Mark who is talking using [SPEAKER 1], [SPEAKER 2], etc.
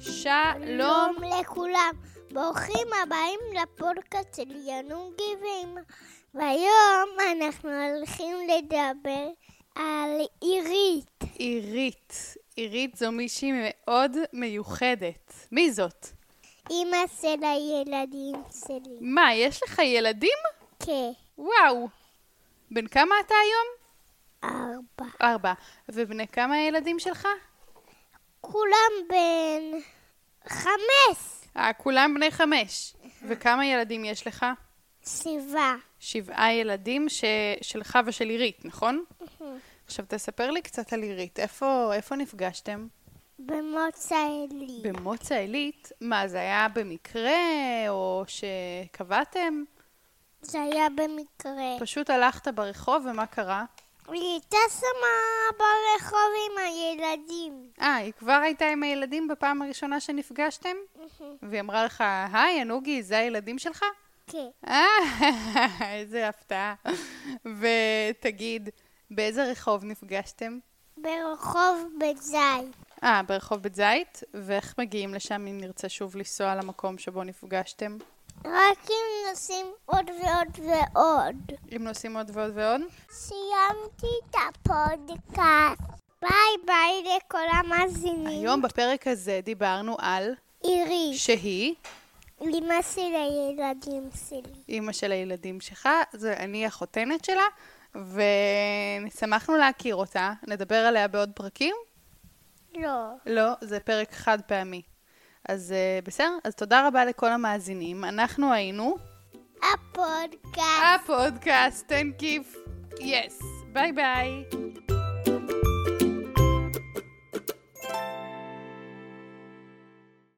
[SPEAKER 1] שלום.
[SPEAKER 2] שלום לכולם, ברוכים הבאים לפודקאסט של ינון גבעים. והיום אנחנו הולכים לדבר על עירית.
[SPEAKER 1] עירית. עירית זו מישהי מאוד מיוחדת. מי זאת?
[SPEAKER 2] אימא של הילדים שלי.
[SPEAKER 1] מה, יש לך ילדים?
[SPEAKER 2] כן,
[SPEAKER 1] וואו. בן כמה אתה היום?
[SPEAKER 2] ארבע.
[SPEAKER 1] ארבע. ובני כמה הילדים שלך?
[SPEAKER 2] כולם בן חמש.
[SPEAKER 1] אה, כולם בני חמש. וכמה ילדים יש לך?
[SPEAKER 2] סביבה.
[SPEAKER 1] שבעה ילדים ש... שלך ושל עירית, נכון? עכשיו תספר לי קצת על עירית. איפה, איפה נפגשתם?
[SPEAKER 2] במוצא עלי.
[SPEAKER 1] במוצא עילית? מה, זה היה במקרה, או שקבעתם?
[SPEAKER 2] זה היה במקרה.
[SPEAKER 1] פשוט הלכת ברחוב, ומה קרה?
[SPEAKER 2] היא טסה ברחוב עם הילדים.
[SPEAKER 1] אה, היא כבר הייתה עם הילדים בפעם הראשונה שנפגשתם? והיא אמרה לך, היי, הנוגי, זה הילדים שלך?
[SPEAKER 2] כן.
[SPEAKER 1] אה, איזה הפתעה. ותגיד, באיזה רחוב נפגשתם?
[SPEAKER 2] ברחוב בית זית.
[SPEAKER 1] אה, ברחוב בית זית? ואיך מגיעים לשם אם נרצה שוב לנסוע למקום שבו נפגשתם?
[SPEAKER 2] רק אם נשים עוד ועוד ועוד.
[SPEAKER 1] אם נוסעים עוד ועוד ועוד?
[SPEAKER 2] אה. סיימתי את הפודקאסט. ביי ביי לכל המאזינים.
[SPEAKER 1] היום בפרק הזה דיברנו על
[SPEAKER 2] אירי,
[SPEAKER 1] שהיא
[SPEAKER 2] אמא של הילדים שלי.
[SPEAKER 1] אימא של הילדים שלך, זו אני החותנת שלה, ושמחנו להכיר אותה, נדבר עליה בעוד פרקים?
[SPEAKER 2] לא.
[SPEAKER 1] לא, זה פרק חד פעמי. אז אה, בסדר, אז תודה רבה לכל המאזינים, אנחנו היינו
[SPEAKER 2] הפודקאסט.
[SPEAKER 1] הפודקאסט, תן כיף, יס, ביי ביי.